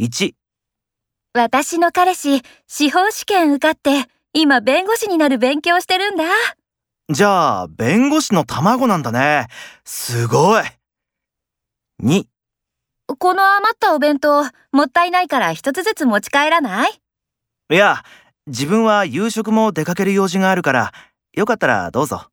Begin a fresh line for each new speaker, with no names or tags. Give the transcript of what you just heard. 1、
私の彼氏、司法試験受かって、今弁護士になる勉強してるんだ。
じゃあ、弁護士の卵なんだね。すごい。2、
この余ったお弁当、もったいないから一つずつ持ち帰らない
いや、自分は夕食も出かける用事があるから、よかったらどうぞ。